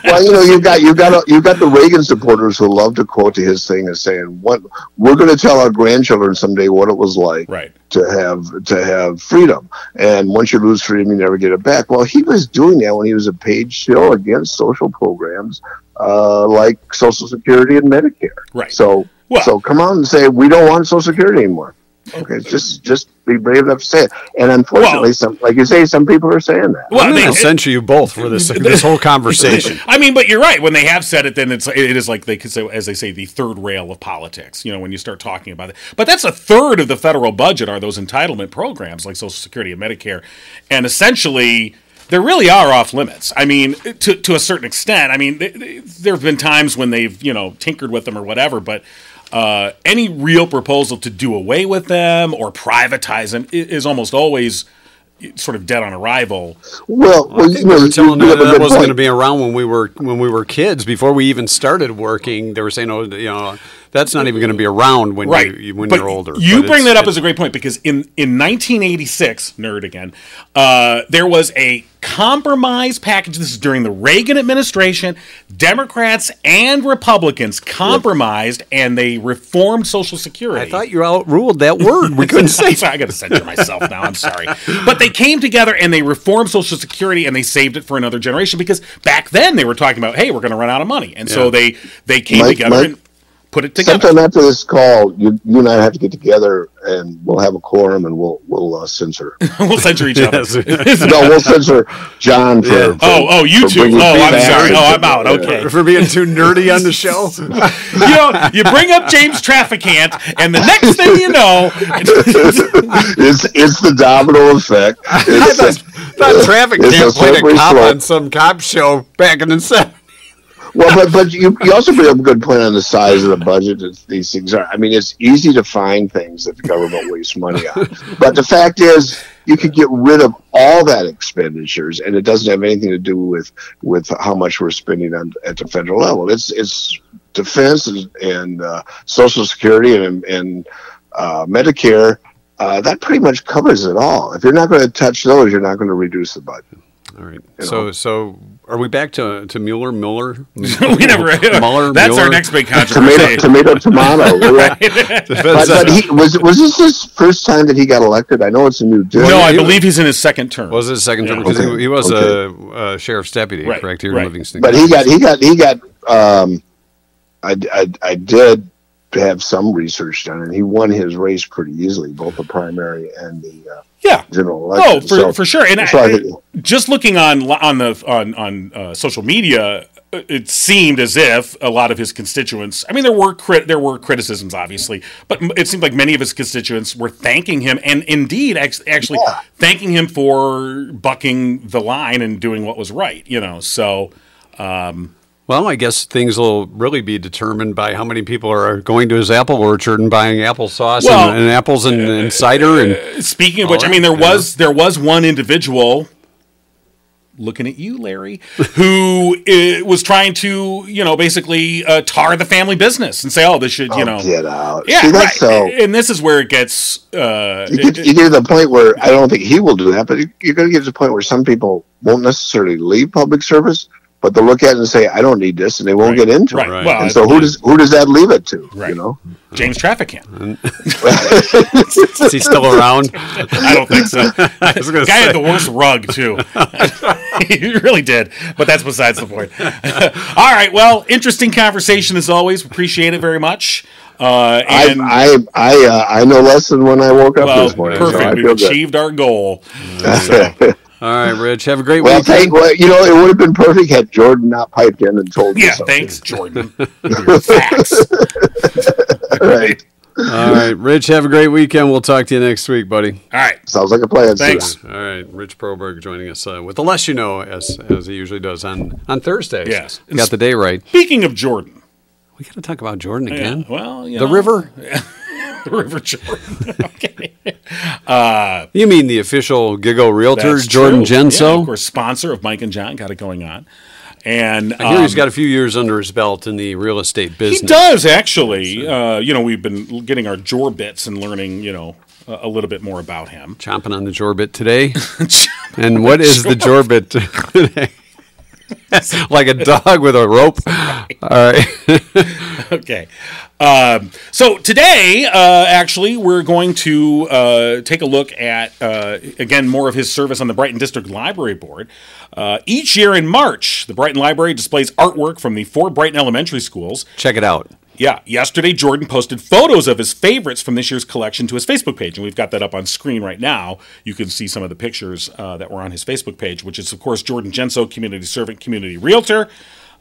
Speaker 5: well, you know, you got you got you got the Reagan supporters who love to quote his thing as saying, "What we're going to tell our grandchildren someday what it was like
Speaker 4: right.
Speaker 5: to have to have freedom, and once you lose freedom, you never get it back." Well, he was doing that when he was a paid shill against social programs uh, like Social Security and Medicare.
Speaker 4: Right.
Speaker 5: So,
Speaker 4: Well-
Speaker 5: so come on and say we don't want Social Security anymore. Okay, just just be brave enough to say it. And unfortunately,
Speaker 4: Well-
Speaker 5: some like you say, some people are saying that.
Speaker 4: Well,
Speaker 3: I'm
Speaker 4: they-
Speaker 3: going to censure you both for this this whole conversation.
Speaker 4: I mean, but you're right. When they have said it, then it's it is like they could say, as they say, the third rail of politics. You know, when you start talking about it, but that's a third of the federal budget are those entitlement programs like Social Security and Medicare, and essentially. There really are off limits. I mean, to, to a certain extent. I mean, th- th- there have been times when they've you know tinkered with them or whatever, but uh, any real proposal to do away with them or privatize them i- is almost always sort of dead on arrival.
Speaker 5: Well, well,
Speaker 3: I
Speaker 5: you
Speaker 3: think
Speaker 5: know,
Speaker 3: they were
Speaker 5: you-
Speaker 3: telling
Speaker 5: you
Speaker 3: me
Speaker 5: have a
Speaker 3: that
Speaker 5: good
Speaker 3: wasn't going to
Speaker 5: point.
Speaker 3: be around when we were when we were kids before we even started working. They were saying, "Oh, you know, that's not even going to be around when you, you when
Speaker 4: But
Speaker 3: you're older."
Speaker 4: You
Speaker 3: But
Speaker 4: bring
Speaker 3: it's-
Speaker 4: that up
Speaker 3: it-
Speaker 4: as a great point because in in 1986, nerd again, uh, there was a compromise package. This is during the Reagan administration. Democrats and Republicans compromised, and they reformed Social Security.
Speaker 3: I thought you outruled that word. We couldn't say.
Speaker 4: I'm sorry, I got to censor myself now. I'm sorry, but they came together and they reformed Social Security and they saved it for another generation because back then they were talking about, hey, we're going to run out of money, and so
Speaker 3: Yeah.
Speaker 4: they they came
Speaker 5: Mike,
Speaker 4: together
Speaker 5: Mike,
Speaker 4: and put it together.
Speaker 5: Sometime after this call, you, you and I have to get together, and we'll have a quorum, and we'll we'll uh, censor. no,
Speaker 4: we'll censor each other.
Speaker 3: Yes.
Speaker 5: we'll censor John for.
Speaker 3: Yeah.
Speaker 5: for-
Speaker 4: Oh, oh, you
Speaker 5: for
Speaker 4: two.
Speaker 5: bringing
Speaker 4: Oh, I'm
Speaker 5: back
Speaker 4: sorry.
Speaker 5: and-
Speaker 4: Oh, I'm out.
Speaker 5: yeah.
Speaker 4: Okay.
Speaker 3: for being too nerdy on the show.
Speaker 4: you know, you bring up James Trafficant, and the next thing you know,
Speaker 5: it's it's the domino effect.
Speaker 3: Oh. I
Speaker 5: It's
Speaker 3: thought, thought traffic
Speaker 5: It's
Speaker 3: can't
Speaker 5: a
Speaker 3: play
Speaker 5: slippery
Speaker 3: a cop
Speaker 5: slope.
Speaker 3: on some cop show back in the 70s.
Speaker 5: well, but but you, you also bring up a good point on the size of the budget that these things are. I mean, it's easy to find things that the government wastes money on, but the fact is, you could get rid of all that expenditures, and it doesn't have anything to do with with how much we're spending on at the federal level. It's it's defense and, and uh, Social Security and and uh, Medicare. Uh, that pretty much covers it all. If you're not going to touch those, you're not going to reduce the budget.
Speaker 3: All right. So, so are we back to to Mueller? Miller?
Speaker 4: we never.
Speaker 3: Mueller.
Speaker 4: that's our
Speaker 3: Mueller?
Speaker 4: next big
Speaker 5: Tomato,
Speaker 4: controversy.
Speaker 5: tomato, tomato. We're at-
Speaker 3: That's-
Speaker 5: but, but he, was was this his first time that he got elected? I know it's a new deal.
Speaker 4: No, I
Speaker 3: he-
Speaker 4: believe he's in his second term.
Speaker 3: was his second term
Speaker 4: Yeah.
Speaker 3: because
Speaker 5: Okay.
Speaker 3: he, he was a, a sheriff's deputy,
Speaker 4: Right,
Speaker 3: correct? Here
Speaker 4: right.
Speaker 3: in Livingston.
Speaker 5: but he got he got he got. Um, I, I I did have some research done, and he won his race pretty easily, both the primary and the uh,
Speaker 4: yeah.
Speaker 5: general election.
Speaker 4: Oh, for,
Speaker 5: So-
Speaker 4: for sure. And I,
Speaker 5: so I think-
Speaker 4: just looking on on the on on uh, social media, uh, it seemed as if a lot of his constituents. I mean, there were crit- there were criticisms, obviously, but m- it seemed like many of his constituents were thanking him, and indeed, act- actually thanking him for bucking the line and doing what was right. You know, so.
Speaker 3: Well, I guess things will really be determined by how many people are going to his apple orchard and buying applesauce
Speaker 4: Well- uh,
Speaker 3: and, and apples and, and cider and
Speaker 4: Speaking of which, I mean, there was there was one individual looking at you, Larry, who uh, was trying to you know basically uh, tar the family business and say, oh, this should you know,
Speaker 5: get out.
Speaker 4: yeah,
Speaker 5: See,
Speaker 4: right.
Speaker 5: that's so.
Speaker 4: And this is where it gets. Uh,
Speaker 5: You get, you get to the point where I don't think he will do that, but you- you're going to get to the point where some people won't necessarily leave public service, but they'll look at it and say, "I don't need this," and they won't get into
Speaker 4: right.
Speaker 5: it.
Speaker 3: Right.
Speaker 4: Well,
Speaker 5: And so, who does who does that leave it to?
Speaker 4: Right.
Speaker 5: You know.
Speaker 4: James Trafficant?
Speaker 3: is he still around?
Speaker 4: I don't think so.
Speaker 3: I was gonna
Speaker 4: guy
Speaker 3: say.
Speaker 4: had the worst rug too. he really did, but that's besides the point. All right, well, interesting conversation as always. Appreciate it very much. Uh,
Speaker 5: I
Speaker 4: and
Speaker 5: I I, uh, I know less than when I woke up
Speaker 4: well,
Speaker 5: this morning.
Speaker 4: perfect.
Speaker 5: So I
Speaker 4: We've
Speaker 5: feel good.
Speaker 4: achieved our goal.
Speaker 3: All right, Rich. Have a great
Speaker 5: Well,
Speaker 3: weekend.
Speaker 5: thank well, you know it would have been perfect had Jordan not piped in and told me
Speaker 4: Yeah,
Speaker 5: something.
Speaker 4: thanks, Jordan. Your facts.
Speaker 5: Right.
Speaker 3: All right, Rich. Have a great weekend. We'll talk to you next week, buddy.
Speaker 4: All right.
Speaker 5: Sounds like a plan.
Speaker 4: Thanks.
Speaker 3: All right, Rich Proberg joining us uh, with the less you know, as as he usually does on on Thursdays.
Speaker 4: Yes.
Speaker 3: got the day right.
Speaker 4: Speaking of Jordan,
Speaker 3: We got to talk about Jordan
Speaker 4: Yeah,
Speaker 3: again.
Speaker 4: well, you
Speaker 3: the
Speaker 4: know,
Speaker 3: river?
Speaker 4: the river Jordan. okay, uh,
Speaker 3: You mean the official Gigo Realtor,
Speaker 4: that's
Speaker 3: Jordan
Speaker 4: true. yeah,
Speaker 3: Genso?
Speaker 4: of course, sponsor of Mike and John, got it going on, and
Speaker 3: I hear
Speaker 4: um,
Speaker 3: he's got a few years under his belt in the real estate business.
Speaker 4: He does actually. Uh, you know, we've been getting our jaw bits and learning, you know, a, a little bit more about him.
Speaker 3: Chomping on the Jorbit today. and what is the Jorbit today? like a dog with a rope. All right.
Speaker 4: okay. Um, so today, uh, actually, we're going to uh, take a look at, uh, again, more of his service on the Brighton District Library Board. Uh, each year in March, the Brighton Library displays artwork from the four Brighton elementary schools.
Speaker 3: Check it out.
Speaker 4: Yeah, yesterday Jordan posted photos of his favorites from this year's collection to his Facebook page, and we've got that up on screen right now. You can see some of the pictures uh, that were on his Facebook page, which is, of course, Jordan Genso, community servant, community realtor.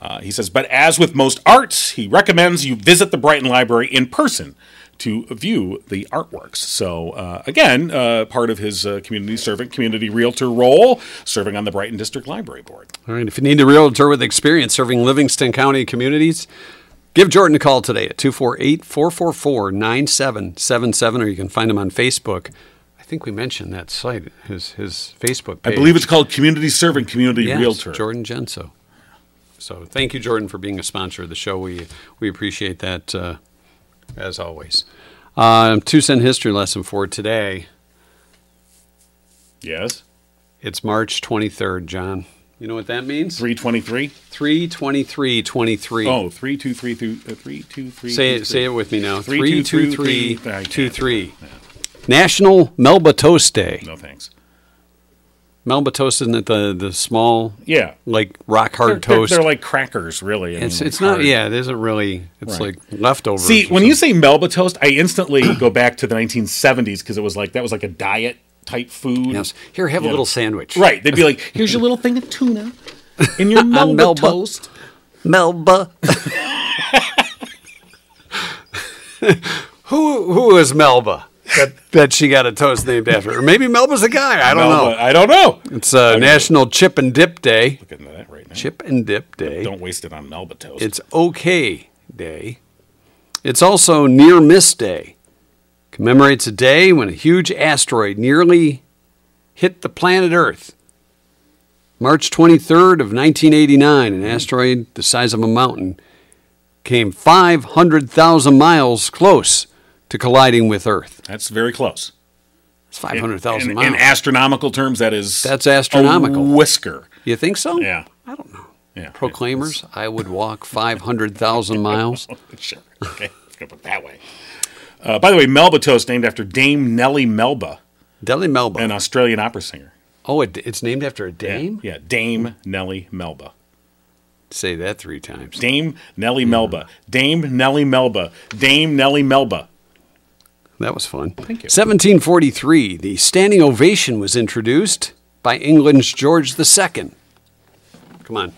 Speaker 4: Uh, he says, but as with most arts, he recommends you visit the Brighton Library in person to view the artworks. So, uh, again, uh, part of his uh, community servant, community realtor role, serving on the Brighton District Library Board.
Speaker 3: All right. If you need a realtor with experience serving Livingston County communities, give Jordan a call today at 248 444 9777, or you can find him on Facebook. I think we mentioned that site, his, his Facebook page.
Speaker 4: I believe it's called Community Servant, Community
Speaker 3: Yes,
Speaker 4: Realtor.
Speaker 3: Jordan Genso. So thank you, Jordan, for being a sponsor of the show. We we appreciate that uh, as always. Um, two cent history lesson for today.
Speaker 4: Yes.
Speaker 3: It's March twenty third, John. You know what that means?
Speaker 4: 323.
Speaker 3: Three twenty three twenty three.
Speaker 4: Oh, three, two, three, two, uh, three, two, three.
Speaker 3: say
Speaker 4: two,
Speaker 3: it.
Speaker 4: three.
Speaker 3: Say it with me now.
Speaker 4: Three,
Speaker 3: Three
Speaker 4: two,
Speaker 3: two
Speaker 4: three,
Speaker 3: three
Speaker 4: three. I can't.
Speaker 3: two three. National Melba Toast Day.
Speaker 4: No thanks.
Speaker 3: Melba Toast isn't it the the small
Speaker 4: Yeah,
Speaker 3: like rock
Speaker 4: they're,
Speaker 3: hard
Speaker 4: they're,
Speaker 3: toast?
Speaker 4: they're like crackers, really. I
Speaker 3: it's
Speaker 4: mean,
Speaker 3: it's not.
Speaker 4: hard.
Speaker 3: Yeah, it isn't really. It's
Speaker 4: Right.
Speaker 3: like leftovers.
Speaker 4: See,
Speaker 3: or
Speaker 4: when you say Melba toast, I instantly go back to the 1970s because it was like that was like a diet type food.
Speaker 3: Yes. Here, have a
Speaker 4: Yeah.
Speaker 3: little sandwich.
Speaker 4: Right. They'd be like, "Here's your little thing of tuna and your Melba,
Speaker 3: Melba.
Speaker 4: toast."
Speaker 3: Melba. who who is Melba? That that she got a toast named after. Or maybe Melba's the guy. I don't
Speaker 4: Melba-
Speaker 3: know.
Speaker 4: I don't know.
Speaker 3: It's uh, National Chip and Dip Day.
Speaker 4: Look into that right now.
Speaker 3: Chip and Dip Day.
Speaker 4: Don't waste it on Melba toast.
Speaker 3: It's OK Day. It's also Near Miss Day. Commemorates a day when a huge asteroid nearly hit the planet Earth. March 23rd of 1989, an asteroid the size of a mountain came 500,000 miles close to colliding with Earth.
Speaker 4: That's very close.
Speaker 3: That's
Speaker 4: in,
Speaker 3: 500,000
Speaker 4: in
Speaker 3: miles.
Speaker 4: astronomical terms, that is
Speaker 3: That's astronomical.
Speaker 4: A whisker.
Speaker 3: you think so?
Speaker 4: Yeah.
Speaker 3: I don't know.
Speaker 4: Yeah.
Speaker 3: Proclaimers, I would walk 500,000 miles.
Speaker 4: Sure. Okay. Let's go put it that way. Uh, by the way, Melba toast named after Dame Nellie Melba,
Speaker 3: Deli Melba.
Speaker 4: an Australian opera singer.
Speaker 3: oh, it, it's named after a dame?
Speaker 4: Yeah, Dame Nellie Melba.
Speaker 3: Say that three times.
Speaker 4: Dame Nellie Melba. Dame Nellie Melba. Dame Nellie Melba.
Speaker 3: That was fun. Thank
Speaker 4: you.
Speaker 3: 1743, the standing ovation was introduced by England's George II. Come on.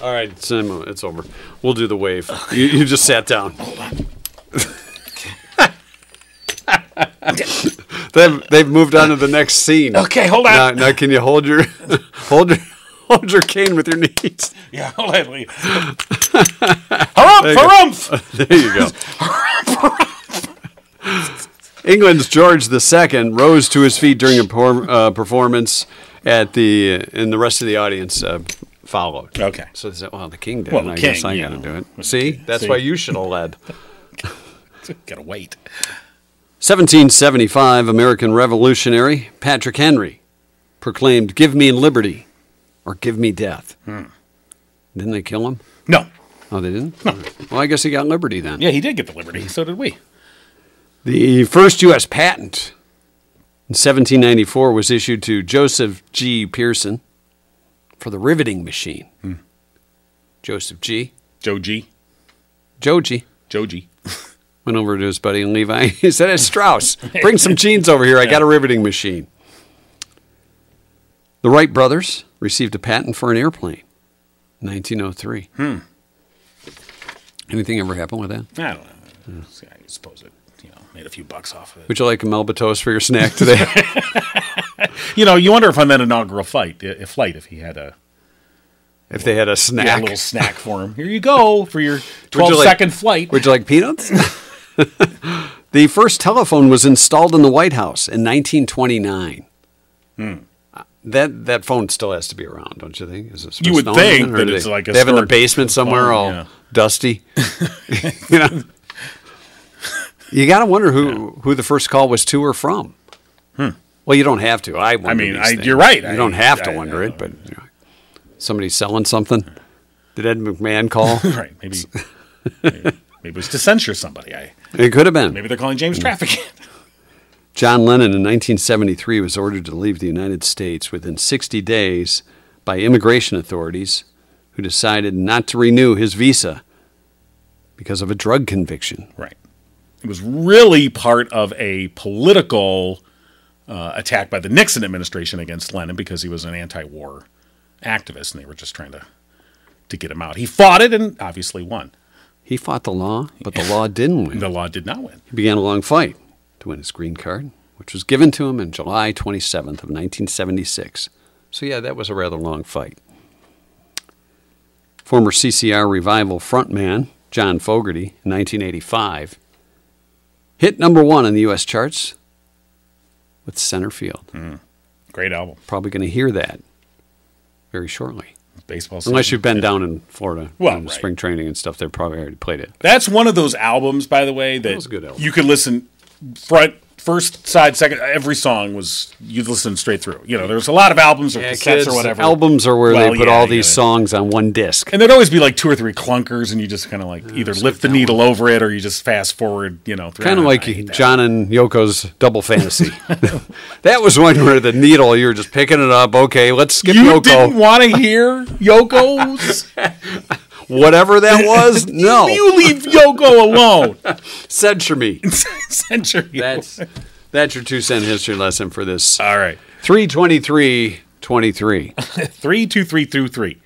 Speaker 3: All right, it's, um, it's over. We'll do the wave. You, you just sat down. they've, they've moved on to the next scene.
Speaker 4: Okay, hold on.
Speaker 3: Now, now can you hold your hold your hold your cane with your knees?
Speaker 4: Yeah, hold on. wait. Harumph, harumph.
Speaker 3: There you go. England's George II rose to his feet during a por- uh, performance at the, and the rest of the audience uh, followed.
Speaker 4: Okay.
Speaker 3: So they said, "Well, the king did.
Speaker 4: Well,
Speaker 3: it.
Speaker 4: the
Speaker 3: I
Speaker 4: king,
Speaker 3: guess I
Speaker 4: you
Speaker 3: got to
Speaker 4: know.
Speaker 3: do
Speaker 4: Okay.
Speaker 3: it." See, that's
Speaker 4: See?
Speaker 3: why you should have led.
Speaker 4: Gotta wait.
Speaker 3: 1775, American revolutionary Patrick Henry proclaimed, "Give me liberty, or give me death."
Speaker 4: Hmm.
Speaker 3: Didn't they kill him?
Speaker 4: No.
Speaker 3: Oh, they didn't. Well, I guess he got liberty then.
Speaker 4: Yeah, he did get the liberty. So did we.
Speaker 3: The first U.S. patent in 1794 was issued to Joseph G. Pearson for the riveting machine.
Speaker 4: Hmm.
Speaker 3: Joseph G.
Speaker 4: Joji.
Speaker 3: Joji
Speaker 4: Joji.
Speaker 3: went over to his buddy Levi. He said, "It's Strauss, bring some jeans over here. I got a riveting machine." The Wright brothers received a patent for an airplane, 1903.
Speaker 4: Hmm.
Speaker 3: Anything ever happen with that?
Speaker 4: I don't know. See, I suppose it, you know, made a few bucks off of it.
Speaker 3: Would you like a Melba toast for your snack today?
Speaker 4: You know, you wonder if on that inaugural fight, if flight, if he had a
Speaker 3: if they had a
Speaker 4: Yeah, a
Speaker 3: snack.
Speaker 4: little snack for him. Here you go for your
Speaker 3: Would you
Speaker 4: twelve-second
Speaker 3: like-
Speaker 4: flight.
Speaker 3: Would you like peanuts? the first telephone was installed in the White House in 1929.
Speaker 4: Hmm.
Speaker 3: Uh, That that phone still has to be around, don't you think? Is it
Speaker 4: You would
Speaker 3: Smithsonian,
Speaker 4: think
Speaker 3: or
Speaker 4: that
Speaker 3: do
Speaker 4: it's
Speaker 3: they,
Speaker 4: like a
Speaker 3: they have in the
Speaker 4: stored
Speaker 3: basement somewhere,
Speaker 4: phone,
Speaker 3: all
Speaker 4: yeah.
Speaker 3: dusty. you know, you got to wonder who who the first call was to or from. Well, you don't have to. I wonder
Speaker 4: mean,
Speaker 3: these
Speaker 4: Hmm. I-
Speaker 3: things.
Speaker 4: you're right.
Speaker 3: You
Speaker 4: I-
Speaker 3: don't have to
Speaker 4: I-
Speaker 3: wonder
Speaker 4: I
Speaker 3: it, but you know, somebody selling something. Did Ed McMahon call?
Speaker 4: Right? Maybe, maybe, maybe it was to censure somebody. I
Speaker 3: it could have been.
Speaker 4: maybe they're calling
Speaker 3: Hmm.
Speaker 4: James Trafficking.
Speaker 3: John Lennon in 1973 was ordered to leave the United States within 60 days by immigration authorities who decided not to renew his visa because of a drug conviction.
Speaker 4: Right. It was really part of a political uh, attack by the Nixon administration against Lenin because he was an anti-war activist, and they were just trying to to get him out. He fought it and obviously won.
Speaker 3: He fought the law, but the law didn't win.
Speaker 4: The law did not win.
Speaker 3: He began a long fight to win his green card, which was given to him on July 27th of 1976. So yeah, that was a rather long fight. Former CCR revival frontman John Fogerty in 1985 hit number 1 on the US charts with Center Field.
Speaker 4: Hmm. Great album,
Speaker 3: Probably going to hear that very shortly.
Speaker 4: baseball. Season.
Speaker 3: Unless you've been down in Florida
Speaker 4: Well,
Speaker 3: in
Speaker 4: right.
Speaker 3: spring training and stuff, they've probably already played it.
Speaker 4: That's one of those albums, by the way, that
Speaker 3: was a good album.
Speaker 4: you could listen front, first, side, second. Every song was you'd listen straight through. You know, there's a lot of albums or cassettes or whatever.
Speaker 3: albums are where
Speaker 4: Well,
Speaker 3: they put
Speaker 4: yeah, I
Speaker 3: all
Speaker 4: get
Speaker 3: these
Speaker 4: it.
Speaker 3: songs on one disc.
Speaker 4: And there'd always be like two or three clunkers, and you just kind of like either lift the needle over it or you just fast forward. You know,
Speaker 3: Kind of like
Speaker 4: John.
Speaker 3: John and Yoko's double fantasy. that was one where the needle you were just picking it up. Okay, let's skip
Speaker 4: You
Speaker 3: Yoko.
Speaker 4: didn't want to hear Yoko's.
Speaker 3: Whatever that was, no.
Speaker 4: You leave Yoko alone.
Speaker 3: Censure me.
Speaker 4: Century.
Speaker 3: That's that's your two cent history lesson for this
Speaker 4: all right.
Speaker 3: three twenty three twenty three.
Speaker 4: Three, two, three, two, three.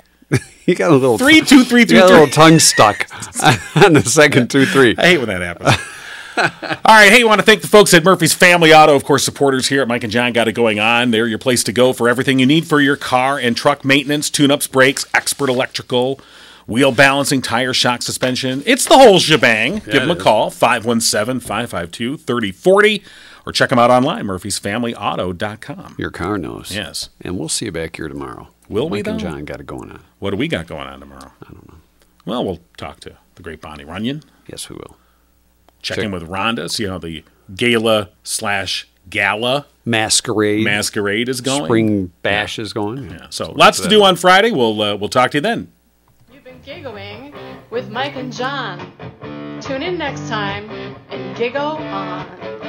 Speaker 3: You got a little
Speaker 4: Three, two, three,
Speaker 3: you
Speaker 4: two,
Speaker 3: got a
Speaker 4: three.
Speaker 3: little tongue stuck on the second two three.
Speaker 4: I hate when that happens. All right, hey, I want to thank the folks at Murphy's Family Auto, of course, supporters here at Mike and John Got It Going On. They're your place to go for everything you need for your car and truck maintenance, tune ups, brakes, expert electrical, wheel balancing, tire shock suspension. It's the whole shebang. Give them a call, 517 552 3040, or check them out online, murphysfamilyauto.com.
Speaker 3: Your car knows.
Speaker 4: Yes.
Speaker 3: And we'll see you back here tomorrow.
Speaker 4: Will we,
Speaker 3: Mike and
Speaker 4: though?
Speaker 3: John got it going on.
Speaker 4: What do we got going on tomorrow? I don't know. Well, we'll talk to the great Bonnie Runyon.
Speaker 3: Yes, we will.
Speaker 4: check
Speaker 3: Sure.
Speaker 4: in with Rhonda, see how the gala slash gala
Speaker 3: Masquerade.
Speaker 4: masquerade is going.
Speaker 3: Spring bash is going.
Speaker 4: Yeah, So lots to do on Friday. We'll uh, we'll talk to you then.
Speaker 6: You've been giggling with Mike and John. Tune in next time and giggle on.